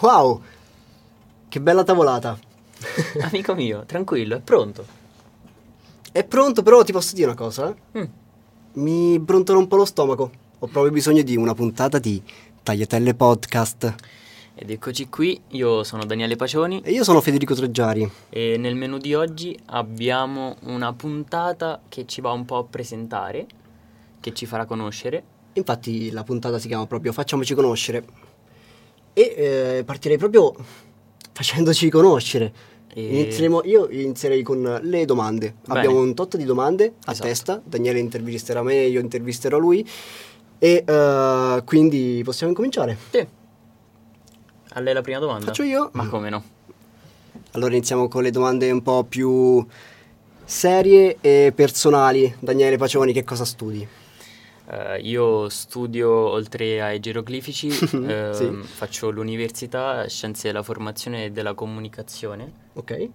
Wow, che bella tavolata. Amico mio, tranquillo, è pronto. È pronto, però ti posso dire una cosa? eh? Mm. Mi brontolo un po' lo stomaco. Ho proprio bisogno di una puntata di Tagliatelle Podcast. Ed eccoci qui, io sono Daniele Pacioni E io sono Federico Treggiari. e nel menu di oggi abbiamo una puntata che ci va un po' a presentare, che ci farà conoscere. Infatti la puntata si chiama proprio Facciamoci conoscere. E eh, partirei proprio facendoci conoscere. E... Inizieremo, io inizierei con le domande. Bene. Abbiamo un tot di domande a Esatto. testa. Daniele intervisterà me, io intervisterò lui. E eh, quindi possiamo incominciare. Te. A lei la prima domanda. Faccio io. Ma come no? Allora iniziamo con le domande un po' più serie e personali. Daniele Pacioni, che cosa studi? Eh, io studio oltre ai geroglifici, ehm, Sì. faccio l'università, scienze della formazione e della comunicazione. Ok.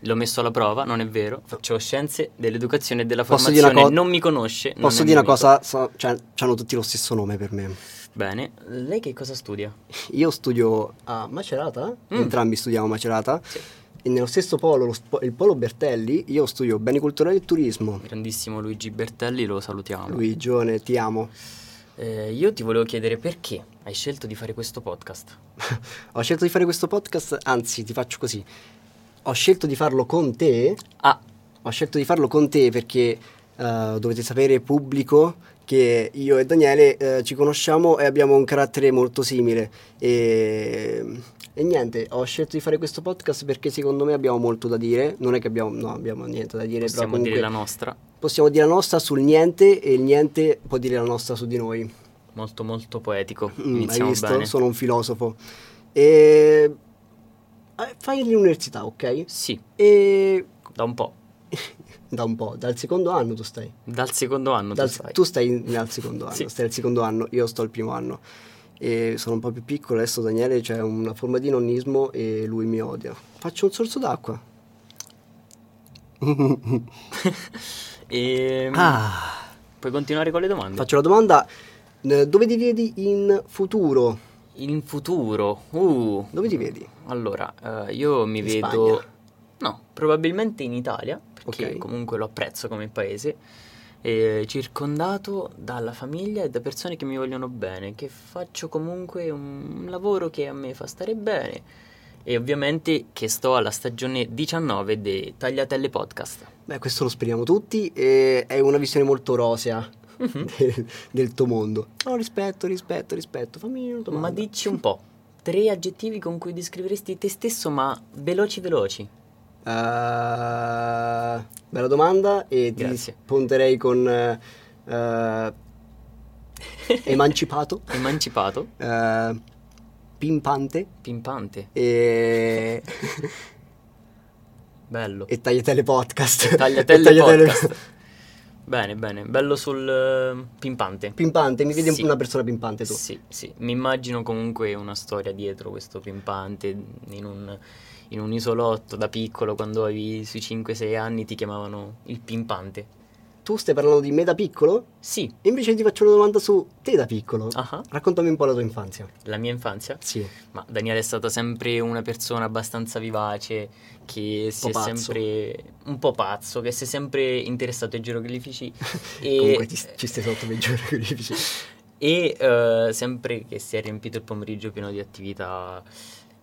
L'ho messo alla prova, non è vero. Faccio scienze dell'educazione e della Posso formazione. dire una co- non mi conosce. non Posso è dire una mio amico. cosa? So- cioè, hanno tutti lo stesso nome per me. Bene. Lei che cosa studia? Io studio a Macerata, Mm. entrambi studiamo a Macerata, Sì. e nello stesso polo, lo spo- il polo Bertelli, io studio beni culturali e turismo. Grandissimo Luigi Bertelli, lo salutiamo. Luigione, ti amo. Eh, io ti volevo chiedere perché hai scelto di fare questo podcast. Ho scelto di fare questo podcast, anzi ti faccio così. Ho scelto di farlo con te Ah, Ho scelto di farlo con te perché eh, dovete sapere, pubblico, che io e Daniele eh, ci conosciamo e abbiamo un carattere molto simile. E, e niente, ho scelto di fare questo podcast perché secondo me abbiamo molto da dire. Non è che abbiamo, no, abbiamo niente da dire, possiamo però comunque dire la nostra. possiamo dire la nostra sul niente e il niente può dire la nostra su di noi. Molto, molto poetico. Mm, hai Iniziamo visto? bene. Sono un filosofo. E... eh, Fai l'università, ok? Sì, E... da un po'. Da un po', dal secondo anno tu stai. Dal secondo anno, Dal- tu sai. tu stai in- al secondo anno, Sì. stai al secondo anno, io sto al primo anno. E sono un po' più piccolo, adesso Daniele c'è una forma di nonnismo e lui mi odia. Faccio un sorso d'acqua. Ehm, Ah. Puoi continuare con le domande. Faccio la domanda, eh, dove ti vedi in futuro? In futuro, uh, Dove ti vedi? allora eh, io mi In vedo. Spagna? No, probabilmente in Italia, perché Ok. comunque lo apprezzo come paese. e circondato dalla famiglia e da persone che mi vogliono bene, che faccio comunque un lavoro che a me fa stare bene. E ovviamente che sto alla stagione 19 dei Tagliatelle Podcast. Beh, questo lo speriamo tutti e è una visione molto rosea Mhm. del, del tuo mondo. No, rispetto, rispetto, rispetto, fammi una domanda. Ma dici un po', tre aggettivi con cui descriveresti te stesso, ma veloci veloci. Eh, bella domanda e ti Grazie. risponderei con eh, eh, emancipato, Emancipato, eh, pimpante pimpante, e, bello. e tagliatelle podcast. Tagliatelle, E tagliatelle- podcast. bene, bene, bello sul eh, pimpante. Pimpante, mi vedi Sì. una persona pimpante tu. Sì, sì, mi immagino comunque una storia dietro questo pimpante in un, in un isolotto da piccolo quando avevi sui 5-6 anni ti chiamavano il pimpante. Tu stai parlando di me da piccolo? Sì, E invece ti faccio una domanda su te da piccolo. ah, Raccontami un po' la tua infanzia. la mia infanzia. Sì. Ma Daniele è stata sempre una persona abbastanza vivace, che si po' è pazzo. sempre un po' pazzo, che si è sempre interessato ai geroglifici e, Comunque ti- ci stai sotto dei geroglifici. e eh, sempre che si è riempito il pomeriggio pieno di attività.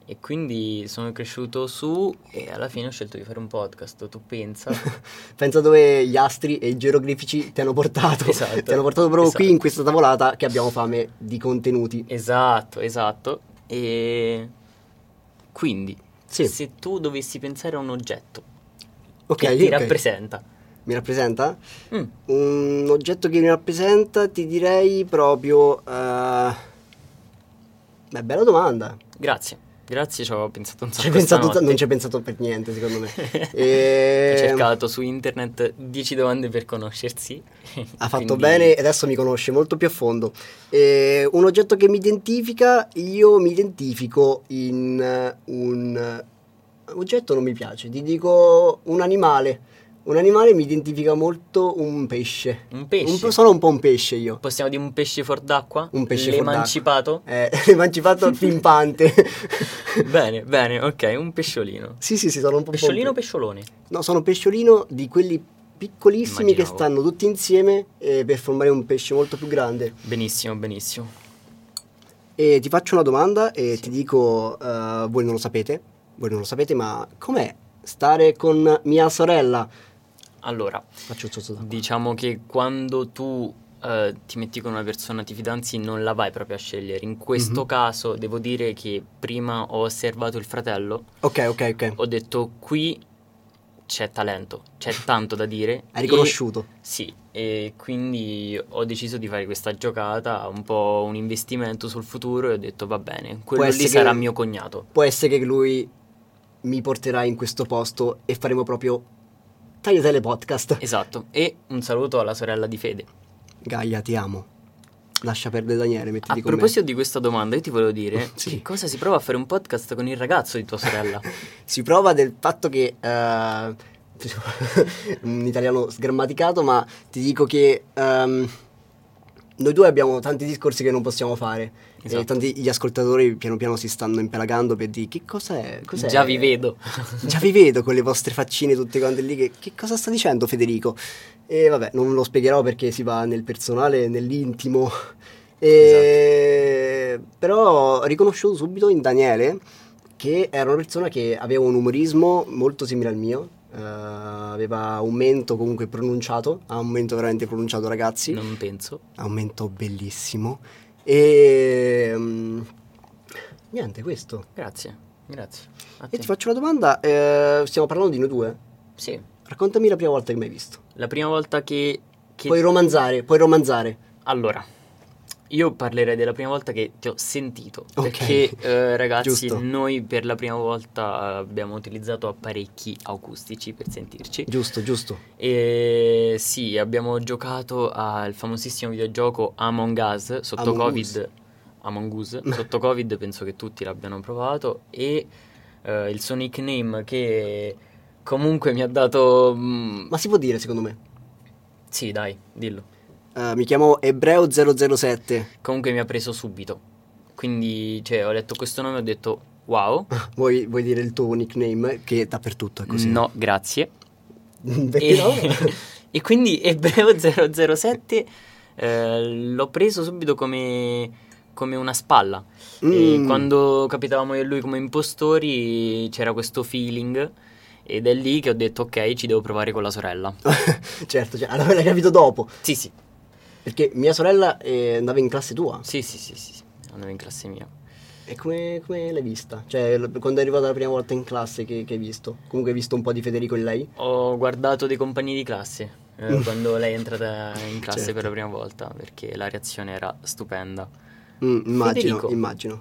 E quindi sono cresciuto su e alla fine ho scelto di fare un podcast, tu pensa? Pensa dove gli astri e i geroglifici ti hanno portato. Esatto. Ti hanno portato proprio qui Esatto. in questa tavolata che abbiamo fame di contenuti. esatto, esatto. E quindi, Sì. se tu dovessi pensare a un oggetto Ok, che ti Eh, ok. rappresenta, mi rappresenta? Mm, Un oggetto che mi rappresenta ti direi proprio... eh, Beh, bella domanda. grazie, grazie, ci ho pensato un Ci hai sacco. pensato- stanotte. non ci hai pensato per niente, secondo me. Ehm, E- Ho cercato su internet 10 domande per conoscersi. Ha fatto Quindi- bene e adesso mi conosce molto più a fondo. Eh, un oggetto che mi identifica, io mi identifico in eh, un eh, oggetto non mi piace, ti dico un animale, Un animale mi identifica molto un pesce. Un pesce. Un po- sono un po' un pesce io. Possiamo dire un pesce fuor d'acqua? Un pesce fuor d'acqua. L'emancipato? Eh. Eh, emancipato pimpante. bene, bene, ok, un pesciolino. sì, sì, sì, sono un po' un po' un Pesciolino o pe- pesciolone? No, sono pesciolino di quelli piccolissimi che Immaginavo. stanno tutti insieme eh, per formare un pesce molto più grande. Benissimo, benissimo. E ti faccio una domanda e ti dico, eh, voi non lo sapete, voi non lo sapete, ma com'è stare con mia sorella? Allora, Faccio il sozzo d'acqua. diciamo che quando tu eh, ti metti con una persona, ti fidanzi, non la vai proprio a scegliere. In questo Mhm. caso devo dire che prima ho osservato il fratello, Ok, ok, ok. ho detto qui c'è talento, c'è tanto da dire. Hai e- riconosciuto. Sì, e quindi ho deciso di fare questa giocata, un po' un investimento sul futuro e ho detto va bene, quello essere lì sarà che- mio cognato. Può essere che lui mi porterà in questo posto e faremo proprio tagliatele podcast. Esatto, e un saluto alla sorella di Fede. Gaia, ti amo. Lascia perdere Daniele, mettiti A con me. proposito di questa domanda, io ti volevo dire Sì. che cosa si prova a fare un podcast con il ragazzo di tua sorella? si prova del fatto che eh, un italiano sgrammaticato ma ti dico che ehm, noi due abbiamo tanti discorsi che non possiamo fare e Esatto. tanti gli ascoltatori piano piano si stanno impelagando per dire che cosa è cos'è?" Già vi vedo. già vi vedo con le vostre faccine tutte quante lì che, che cosa sta dicendo Federico e vabbè non lo spiegherò perché si va nel personale nell'intimo E- Esatto. però ho riconosciuto subito in Daniele che era una persona che aveva un umorismo molto simile al mio eh, aveva un mento comunque pronunciato ha un mento veramente pronunciato ragazzi Non penso. ha un mento bellissimo e mm, niente questo Grazie, grazie. A e te. ti faccio una domanda, eh, stiamo parlando di noi due. Sì, Raccontami la prima volta che mi hai visto. la prima volta che... che- Puoi romanzare, puoi romanzare. Allora, io parlerei della prima volta che ti ho sentito. Ok. Perché, eh, ragazzi, Giusto. noi per la prima volta abbiamo utilizzato apparecchi acustici per sentirci. Giusto, giusto. E sì, abbiamo giocato al famosissimo videogioco Among Us sotto Among Covid. Us. Among Us sotto Covid penso che tutti l'abbiano provato e eh, il suo nickname che comunque mi ha dato mm, Ma si può dire secondo me. sì, dai, dillo. Eh, mi chiamo Ebreo007. Comunque mi ha preso subito. Quindi, cioè, ho letto questo nome e ho detto "Wow". Vuoi, vuoi dire il tuo nickname? Che dappertutto è così. No, grazie. Perché E, no? e quindi Ebreo 007 eh, l'ho preso subito come, come una spalla. E Mm. quando capitavamo io e lui come impostori c'era questo feeling ed è lì che ho detto ok ci devo provare con la sorella. certo, cioè, allora l'hai capito dopo. Sì sì, Perché mia sorella eh, andava in classe tua. sì sì sì, sì, sì. andavo in classe mia. E come, come l'hai vista? Cioè, l- quando è arrivata la prima volta in classe che, che hai visto? Comunque hai visto un po' di Federico e lei? Ho guardato dei compagni di classe eh, quando lei è entrata in classe Certo. per la prima volta perché la reazione era stupenda. Mm, immagino, Federico. immagino.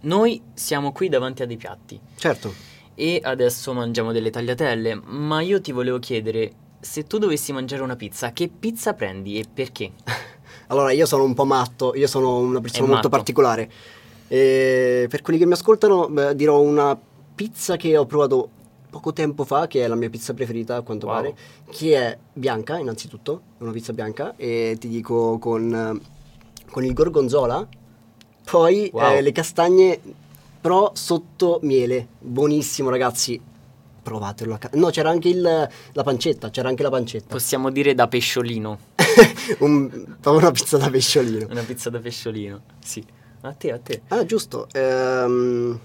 Noi siamo qui davanti a dei piatti Certo. e adesso mangiamo delle tagliatelle, ma io ti volevo chiedere se tu dovessi mangiare una pizza, che pizza prendi e perché? Allora, io sono un po' matto, io sono una persona È molto matto. particolare. E per quelli che mi ascoltano, beh, dirò una pizza che ho provato poco tempo fa, che è la mia pizza preferita a quanto Wow. pare, che è bianca, innanzitutto, è una pizza bianca, e ti dico con, eh, con il gorgonzola, poi Wow. eh, le castagne pro sotto miele, buonissimo ragazzi, provatelo. a ca- no, c'era anche il- la pancetta, c'era anche la pancetta, Possiamo dire da pesciolino, Un- proprio una pizza da pesciolino. una pizza da pesciolino, sì. A te, a te. Ah, giusto. Ehm,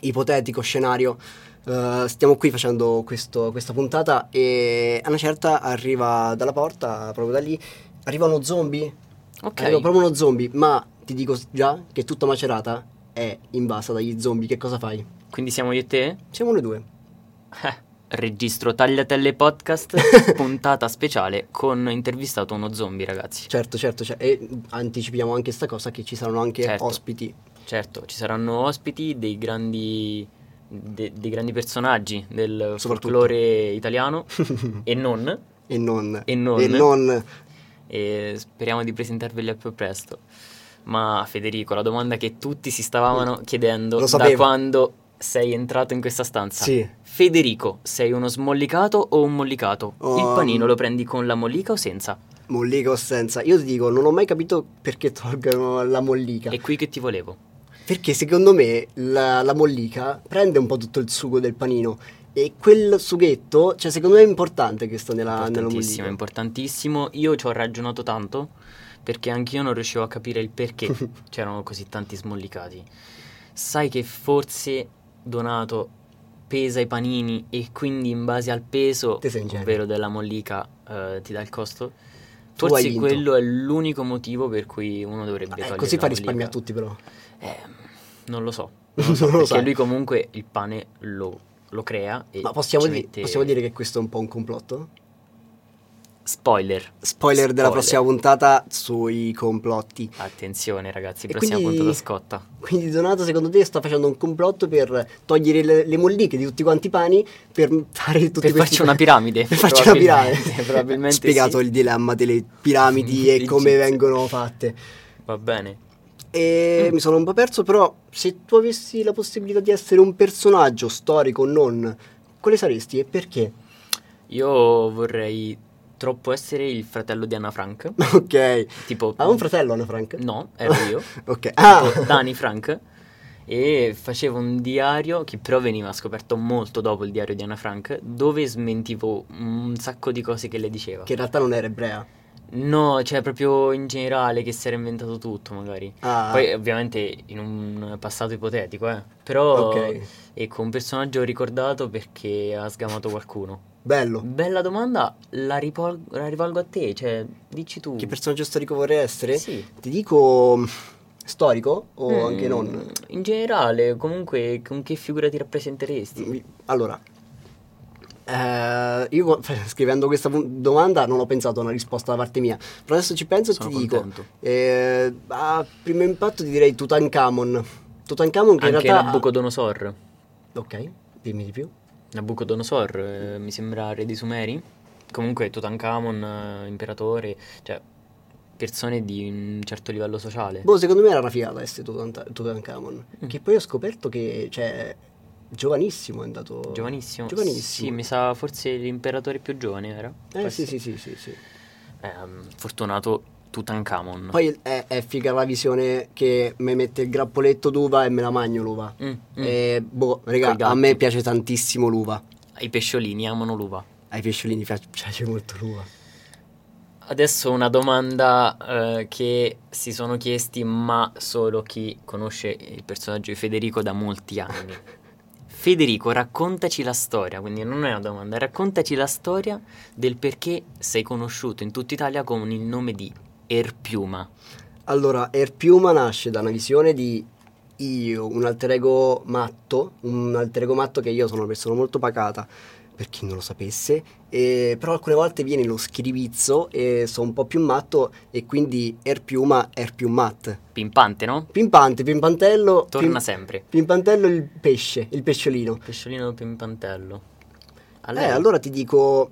ipotetico scenario. Eh, stiamo qui facendo questo- questa puntata e a una certa arriva dalla porta, proprio da lì, arriva uno zombie. Ok, Arriva proprio uno zombie, ma ti dico già che tutta Macerata è invasa dagli zombie. Che cosa fai? quindi siamo io e te? Siamo noi due. Eh, Registro Tagliatelle Podcast, puntata speciale con intervistato uno zombie, ragazzi. Certo, certo, cioè, e anticipiamo anche sta cosa che ci saranno anche Certo. ospiti. Certo, ci saranno ospiti dei grandi, de- dei grandi personaggi del Soprattutto. folklore italiano e non. E non. E non. Ah. E non. E speriamo di presentarveli al più presto. Ma Federico, la domanda che tutti si stavano chiedendo Lo da sapevo. quando sei entrato in questa stanza. Sì. Federico, sei uno smollicato o un mollicato? Il Um. panino lo prendi con la mollica o senza? Mollica o senza? Io ti dico, non ho mai capito perché tolgano la mollica. È qui che ti volevo. Perché secondo me la, la mollica prende un po' tutto il sugo del panino e quel sughetto, cioè secondo me è importante che sta nella, nella Importantissimo, mollica. importantissimo. Io ci ho ragionato tanto perché anch'io non riuscivo a capire il perché c'erano così tanti smollicati. Sai che forse Donato pesa i panini e quindi in base al peso, Te sei ingenuo. ovvero della mollica, eh, ti dà il costo? Tu hai Forse vinto. quello è l'unico motivo per cui uno dovrebbe Eh, togliere così la fa risparmio a mollica. tutti però. Eh, non lo so. Non lo so, Non lo perché sai. lui comunque il pane lo, lo crea e Ma possiamo, ci di- mette- possiamo dire che questo è un po' un complotto? Spoiler. Spoiler della Spoiler. prossima puntata sui complotti. Attenzione ragazzi, E prossima quindi- puntata scotta. Quindi Donato secondo te sta facendo un complotto per togliere le, le molliche di tutti quanti i pani per fare tutti Per questi... farci una piramide. Per farci una probabilmente. piramide. Probabilmente Spiegato sì. il dilemma delle piramidi e come Egizio. vengono fatte. Va bene. E Mm. mi sono un po' perso, però se tu avessi la possibilità di essere un personaggio storico o non, quale saresti e perché? Io vorrei troppo essere il fratello di Anna Frank. Ok. Tipo... Ha Ah, un fratello Anna Frank? Mm. No, ero io. Ok. tipo Ah. Dani Frank. E facevo un diario che però veniva scoperto molto dopo il diario di Anna Frank, dove smentivo un sacco di cose che lei diceva. Che in realtà non era ebrea. No, cioè proprio in generale che si era inventato tutto magari. Ah. Poi ovviamente in un passato ipotetico, eh. Però Ok. ecco, un personaggio ricordato perché ha sgamato qualcuno. Bello. Bella domanda, la, ripol- la rivolgo a te, cioè dici tu. Che personaggio storico vorrei essere? Sì. Ti dico mh, storico o Mm, anche non? In generale, comunque con che figura ti rappresenteresti? Mi- Allora, eh, io qua- scrivendo questa pu- domanda non ho pensato a una risposta da parte mia, però adesso ci penso e Sono ti contento. dico, eh, a primo impatto ti direi Tutankhamon. Tutankhamon che Anche in realtà... Nabucodonosor. Ok, dimmi di più. Nabucodonosor, eh, mi sembra re dei Sumeri. Comunque Tutankhamon, eh, imperatore, cioè persone di un certo livello sociale. Boh, secondo me era una figata essere Tutanta- Tutankhamon, Mm. che poi ho scoperto che, cioè, giovanissimo è andato... Giovanissimo. Giovanissimo. Sì, mi sa forse l'imperatore più giovane era. Eh Può sì, essere. sì, sì, sì, sì. Ehm, fortunato Tutankhamon. Poi è, è figa la visione che mi mette il grappoletto d'uva e me la magno l'uva. Mm, mm. E, boh, raga, Coi gatti. a me piace tantissimo l'uva. I pesciolini amano l'uva. Ai pesciolini piace, piace molto l'uva. Adesso una domanda eh, che si sono chiesti, ma solo chi conosce il personaggio di Federico da molti anni. Federico, raccontaci la storia, quindi non è una domanda, raccontaci la storia del perché sei conosciuto in tutta Italia con il nome di Erpiuma. Allora, Erpiuma nasce da una visione di io, un alter ego matto, un alter ego matto che io sono una persona molto pacata, per chi non lo sapesse, e- però alcune volte viene lo schiribizzo e sono un po' più matto e quindi Erpiuma è più mat. Pimpante, no? Pimpante, pimpantello... Torna pim- sempre. Pimpantello è il pesce, il pesciolino. Pesciolino Pimpantello. A Eh, lei? allora ti dico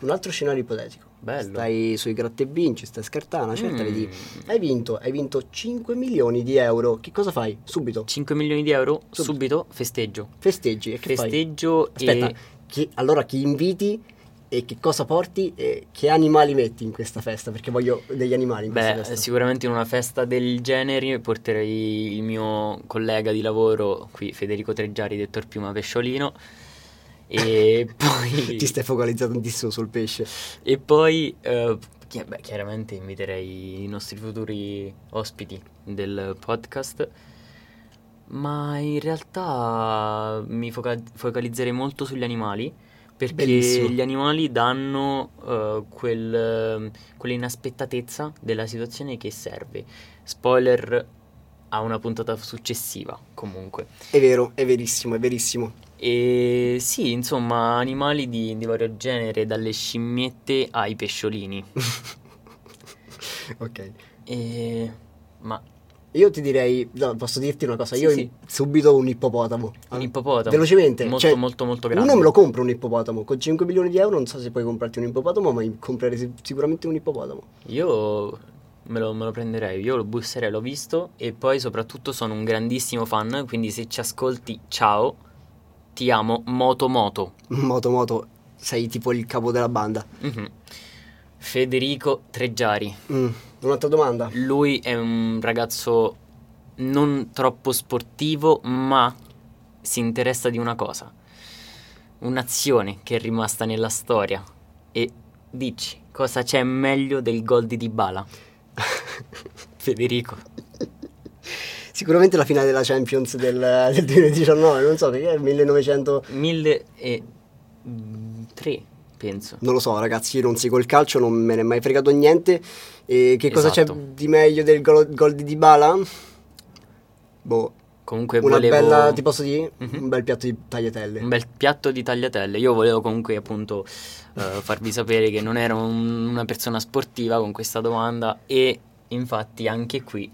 un altro scenario ipotetico. Bello. Stai sui gratta e vinci, stai scartana, cercali Mm. di... Hai vinto, hai vinto 5 milioni di euro. Che cosa fai? Subito. 5 milioni di euro, Subito. subito festeggio. Festeggi e che Festeggio fai? Aspetta, e... chi- allora chi inviti e che cosa porti e che animali metti in questa festa? Perché voglio degli animali in questa Beh, festa. sicuramente in una festa del genere porterei il mio collega di lavoro qui, Federico Treggiari, detto il Piuma Pesciolino. E poi, Ti stai focalizzando tantissimo sul pesce. e poi eh, chi- beh, chiaramente inviterei i nostri futuri ospiti del podcast. Ma in realtà mi foca- focalizzerei molto sugli animali. Perché Bellissimo. gli animali danno eh, quel, quell'inaspettatezza della situazione che serve. Spoiler a una puntata successiva, comunque. È vero, è verissimo, è verissimo. E sì, insomma, animali di, di vario genere, dalle scimmiette ai pesciolini. ok. E... Ma Ah, Io ti direi, no, posso dirti una cosa, Sì, io sì. subito un ippopotamo. un ippopotamo. Velocemente, Molto, cioè, molto, molto grande. Uno me lo compro un ippopotamo, con 5 milioni di euro non so se puoi comprarti un ippopotamo, ma comprerei sic- sicuramente un ippopotamo. Io me lo, me lo prenderei, io lo busserei, l'ho visto e poi soprattutto sono un grandissimo fan, quindi se ci ascolti, ciao, ti amo, moto moto. Moto Moto, sei tipo il capo della banda. Mhm. Federico Treggiari, Mm, Un'altra domanda. lui è un ragazzo non troppo sportivo, ma si interessa di una cosa, un'azione che è rimasta nella storia. E dici, cosa c'è meglio del gol di Dybala? Federico. Sicuramente la finale della Champions del, eh, del 2019, non so perché è il 1900... 1003, penso. Non lo so ragazzi, io non seguo il calcio, non me ne è mai fregato niente. E che cosa Esatto. c'è di meglio del gol, gol di Dybala? Boh, Comunque una volevo bella, ti posso dire? Mhm. Mm, Un bel piatto di tagliatelle. un bel piatto di tagliatelle. Io volevo comunque appunto eh, farvi sapere che non ero un- una persona sportiva con questa domanda e infatti anche qui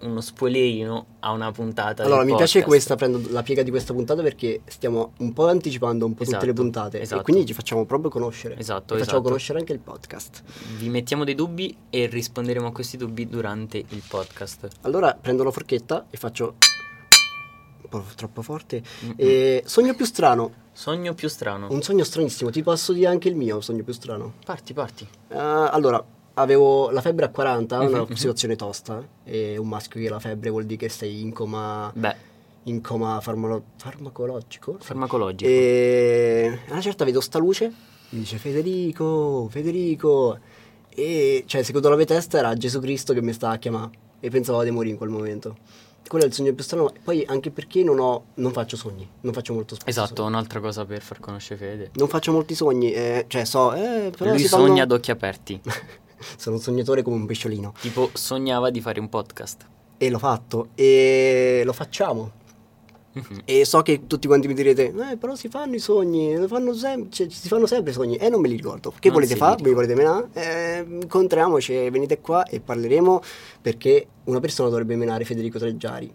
uno spoilerino a una puntata Allora, del mi piace podcast. questa, prendo la piega di questa puntata perché stiamo un po' anticipando un po' tutte le Esatto, puntate esatto. e quindi ci facciamo proprio conoscere. Esatto, E facciamo esatto. conoscere anche il podcast. Vi mettiamo dei dubbi e risponderemo a questi dubbi durante il podcast. Allora prendo la forchetta e faccio un po' troppo forte. Mm-mm. E sogno più strano, Sogno più strano. un sogno stranissimo, ti posso dire anche il mio sogno più strano. Parti, parti. Eh, allora, avevo la febbre a 40, Mhm, una mhm. situazione tosta e un maschio che ha la febbre vuol dire che sei in coma Beh, in coma farmalo- farmacologico. Sì. farmacologico. E a una certa vedo sta luce, mi dice Federico, Federico. E cioè, secondo la mia testa era Gesù Cristo che mi stava a chiamare e pensavo di morire in quel momento. Quello è il sogno più strano, poi anche perché non, ho, non faccio sogni, non faccio molto spesso. Esatto, sogni. un'altra cosa per far conoscere Fede. Non faccio molti sogni, eh, cioè so, eh, però Lui si sogna fanno- ad occhi aperti. Sono un sognatore come un pesciolino tipo, sognava di fare un podcast. e l'ho fatto e lo facciamo. Mhm. E so che tutti quanti mi direte, eh, però si fanno i sogni, lo fanno sem- cioè, si fanno sempre i sogni, e non me li ricordo. Che Non se volete li fare? ricorda. Vi volete menare? Eh, incontriamoci, e venite qua e parleremo perché una persona dovrebbe menare Federico Treggiari.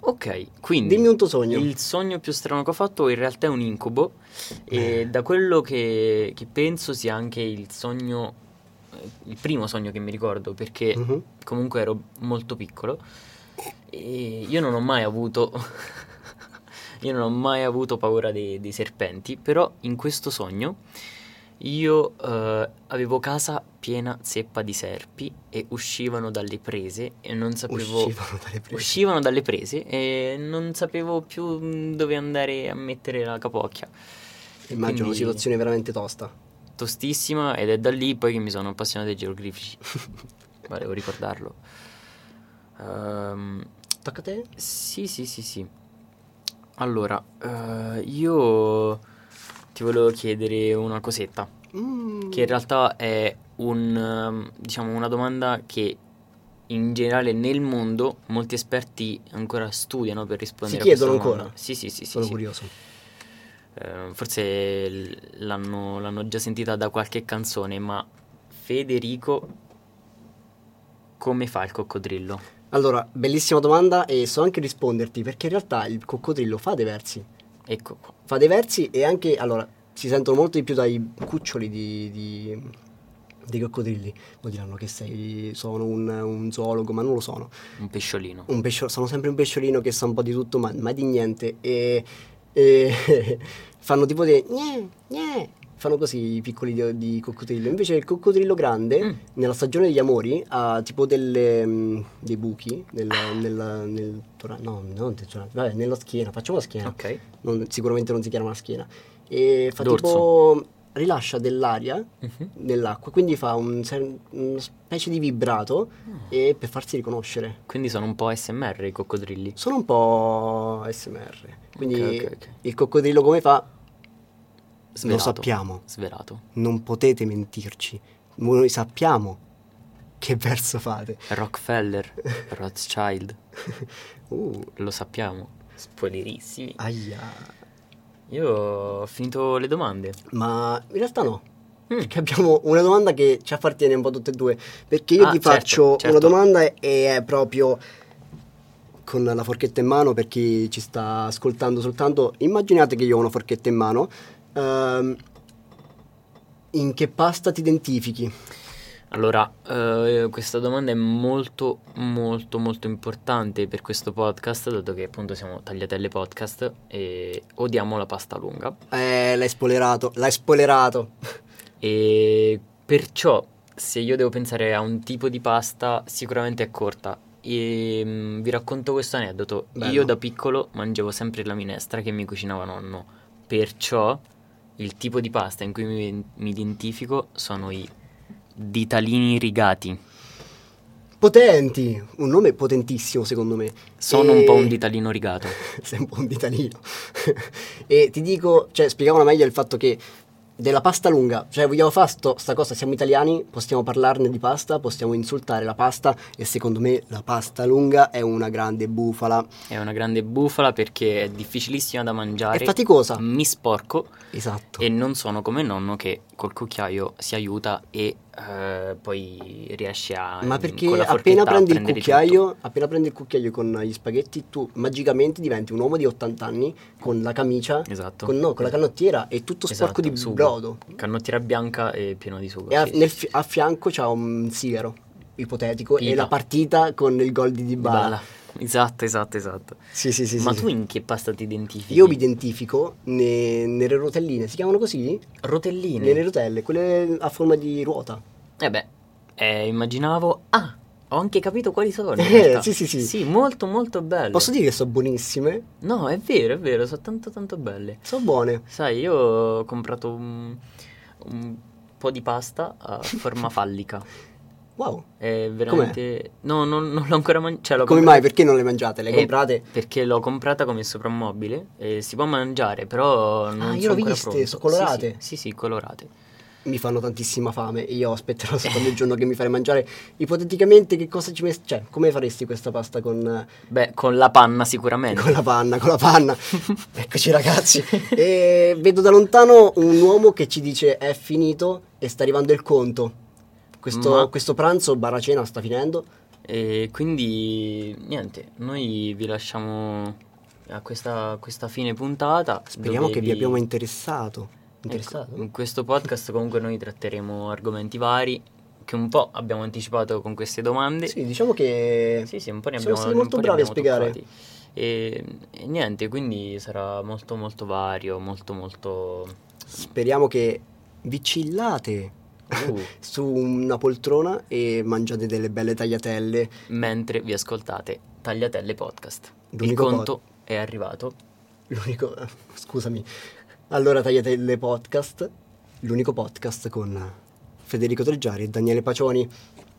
Ok, quindi Dimmi un tuo sogno. Mm. il sogno più strano che ho fatto in realtà è un incubo e da quello che, che penso sia anche il sogno, eh, il primo sogno che mi ricordo perché Mhm. comunque ero molto piccolo e io non ho mai avuto, io non ho mai avuto paura dei, dei serpenti, però in questo sogno io eh, avevo casa piena zeppa di serpi e uscivano dalle prese e non sapevo... Uscivano dalle prese. Uscivano dalle prese e non sapevo più mh, dove andare a mettere la capocchia. Immagino una Quindi- situazione veramente tosta. Tostissima ed è da lì poi che mi sono appassionato ai geroglifici. Volevo ricordarlo. Ehm, Tocca a te? sì, sì, sì, sì. Allora, eh, io ti volevo chiedere una cosetta, Mm. che in realtà è un, ehm, diciamo, una domanda che in generale nel mondo molti esperti ancora studiano per rispondere a questa chiedono domanda. ancora? Sì, sì, sì, sì, Sono sì. curioso. Eh, forse l- l'hanno, l'hanno già sentita da qualche canzone, ma Federico come fa il coccodrillo? Allora, bellissima domanda e so anche risponderti perché in realtà il coccodrillo fa dei versi. Ecco qua. fa dei versi e anche allora si sentono molto di più dai cuccioli di, di- dei coccodrilli poi diranno che sei sono un, un zoologo ma non lo sono Un pesciolino. un pescio- sono sempre un pesciolino che sa un po' di tutto ma mai di niente e, e fanno tipo dei "Gnè, gnè", fanno così i piccoli di, di coccodrillo invece il coccodrillo grande Mm. nella stagione degli amori ha tipo delle, mm, dei buchi nel, nel, nel tora- no non nel tora- vabbè, nella schiena facciamo la schiena Ok. non- sicuramente non si chiama la schiena. E fa Dorso. tipo rilascia dell'aria Mhm. nell'acqua, quindi fa un ser- una specie di vibrato e per farsi riconoscere. Quindi sono un po' SMR i coccodrilli. Sono un po' SMR. Quindi Ok, ok, ok. il coccodrillo come fa? Svelato. Lo sappiamo, Svelato. non potete mentirci. Noi sappiamo che verso fate. Rockefeller, Rothschild, Uh, lo sappiamo. Spoilerissimi. aia. Io ho finito le domande. Ma in realtà no. Mm. Perché abbiamo una domanda che ci appartiene un po' tutte e due. Perché io Ah, ti certo, faccio certo. una domanda e è proprio con la forchetta in mano per chi ci sta ascoltando soltanto. Immaginate che io ho una forchetta in mano. Ehm, in che pasta ti identifichi? Allora, eh, questa domanda è molto, molto, molto importante per questo podcast, dato che appunto siamo tagliatelle podcast e odiamo la pasta lunga. Eh, l'hai spoilerato, l'hai spoilerato. E perciò, se io devo pensare a un tipo di pasta, sicuramente è corta. E mm, vi racconto questo aneddoto. Bello. Io da piccolo mangiavo sempre la minestra che mi cucinava nonno. Perciò il tipo di pasta in cui mi, mi identifico sono i ditalini rigati. Potenti, un nome potentissimo secondo me. Sono E- un po' un ditalino rigato. Sei un po' un ditalino. e ti dico, cioè, spiegavano meglio il fatto che della pasta lunga, cioè vogliamo fare sto- sta cosa, siamo italiani, possiamo parlarne di pasta, possiamo insultare la pasta e secondo me la pasta lunga è una grande bufala. È una grande bufala perché è difficilissima da mangiare. È faticosa. Mi sporco Esatto. Mm. e non sono come nonno che col cucchiaio si aiuta e eh, poi riesce a. mm, Ma perché con la appena forchetta a prendi il prendere cucchiaio, appena prendi il cucchiaio con gli spaghetti, tu magicamente diventi un uomo di 80 anni con la camicia, tutto. Esatto. con, no, con la canottiera e tutto sporco Esatto, di sugo. brodo. Canottiera bianca e pieno di sugo. E a, sì, sì, nel sì. fi- a fianco c'ha un sigaro ipotetico e Pipa. la partita con il gol di Dybala. Bala. Esatto, esatto, esatto. Sì, sì, sì. Ma sì, tu sì. in che pasta ti identifichi? Io mi identifico ne- nelle rotelline, si chiamano così? Mm. Rotelline. Nelle rotelle, quelle a forma di ruota. Eh beh, eh, immaginavo. Ah, ho anche capito quali sono. in Eh, realtà. sì, sì, sì. Sì, molto, molto belle. Posso dire che sono buonissime? No, è vero, è vero, sono tanto, tanto belle. Sono buone. Sai, io ho comprato un, un po' di pasta a forma fallica. Wow. È veramente. No, non, non l'ho ancora mangiata. Cioè, l'ho Come comprata- mai? Perché non le mangiate? Le Eh, comprate? Perché l'ho comprata come sopprammobile e si può mangiare, però non Ah, io sono l'ho ancora viste, pronto. sono colorate. Sì, sì, sì, sì, colorate. mi fanno tantissima fame e io aspetterò soltanto il giorno che mi farei mangiare. Ipoteticamente, che cosa ci metti? Cioè, come faresti questa pasta con, Beh, con la panna sicuramente. con la panna? Con la panna. Eccoci, ragazzi. E vedo da lontano un uomo che ci dice è finito e sta arrivando il conto. Questo, Ma- questo pranzo barra cena sta finendo. E quindi niente, noi vi lasciamo a questa, questa fine puntata. Speriamo dove che vi abbiamo interessato. mm, Interessato? Ecco, in questo podcast comunque noi tratteremo argomenti vari che un po' abbiamo anticipato con queste domande. Sì, diciamo che Sì, sì, un po' ne Siamo abbiamo stati un molto po' ne bravi a spiegare. abbiamo toccati. E, e niente, quindi sarà molto molto vario, molto molto... speriamo che vi chillate. Uh, Su una poltrona e mangiate delle belle tagliatelle mentre vi ascoltate Tagliatelle Podcast. Il L'unico pod- conto è arrivato. L'unico. Scusami. Allora tagliate il podcast. L'unico podcast con Federico Treggiari e Daniele Pacioni.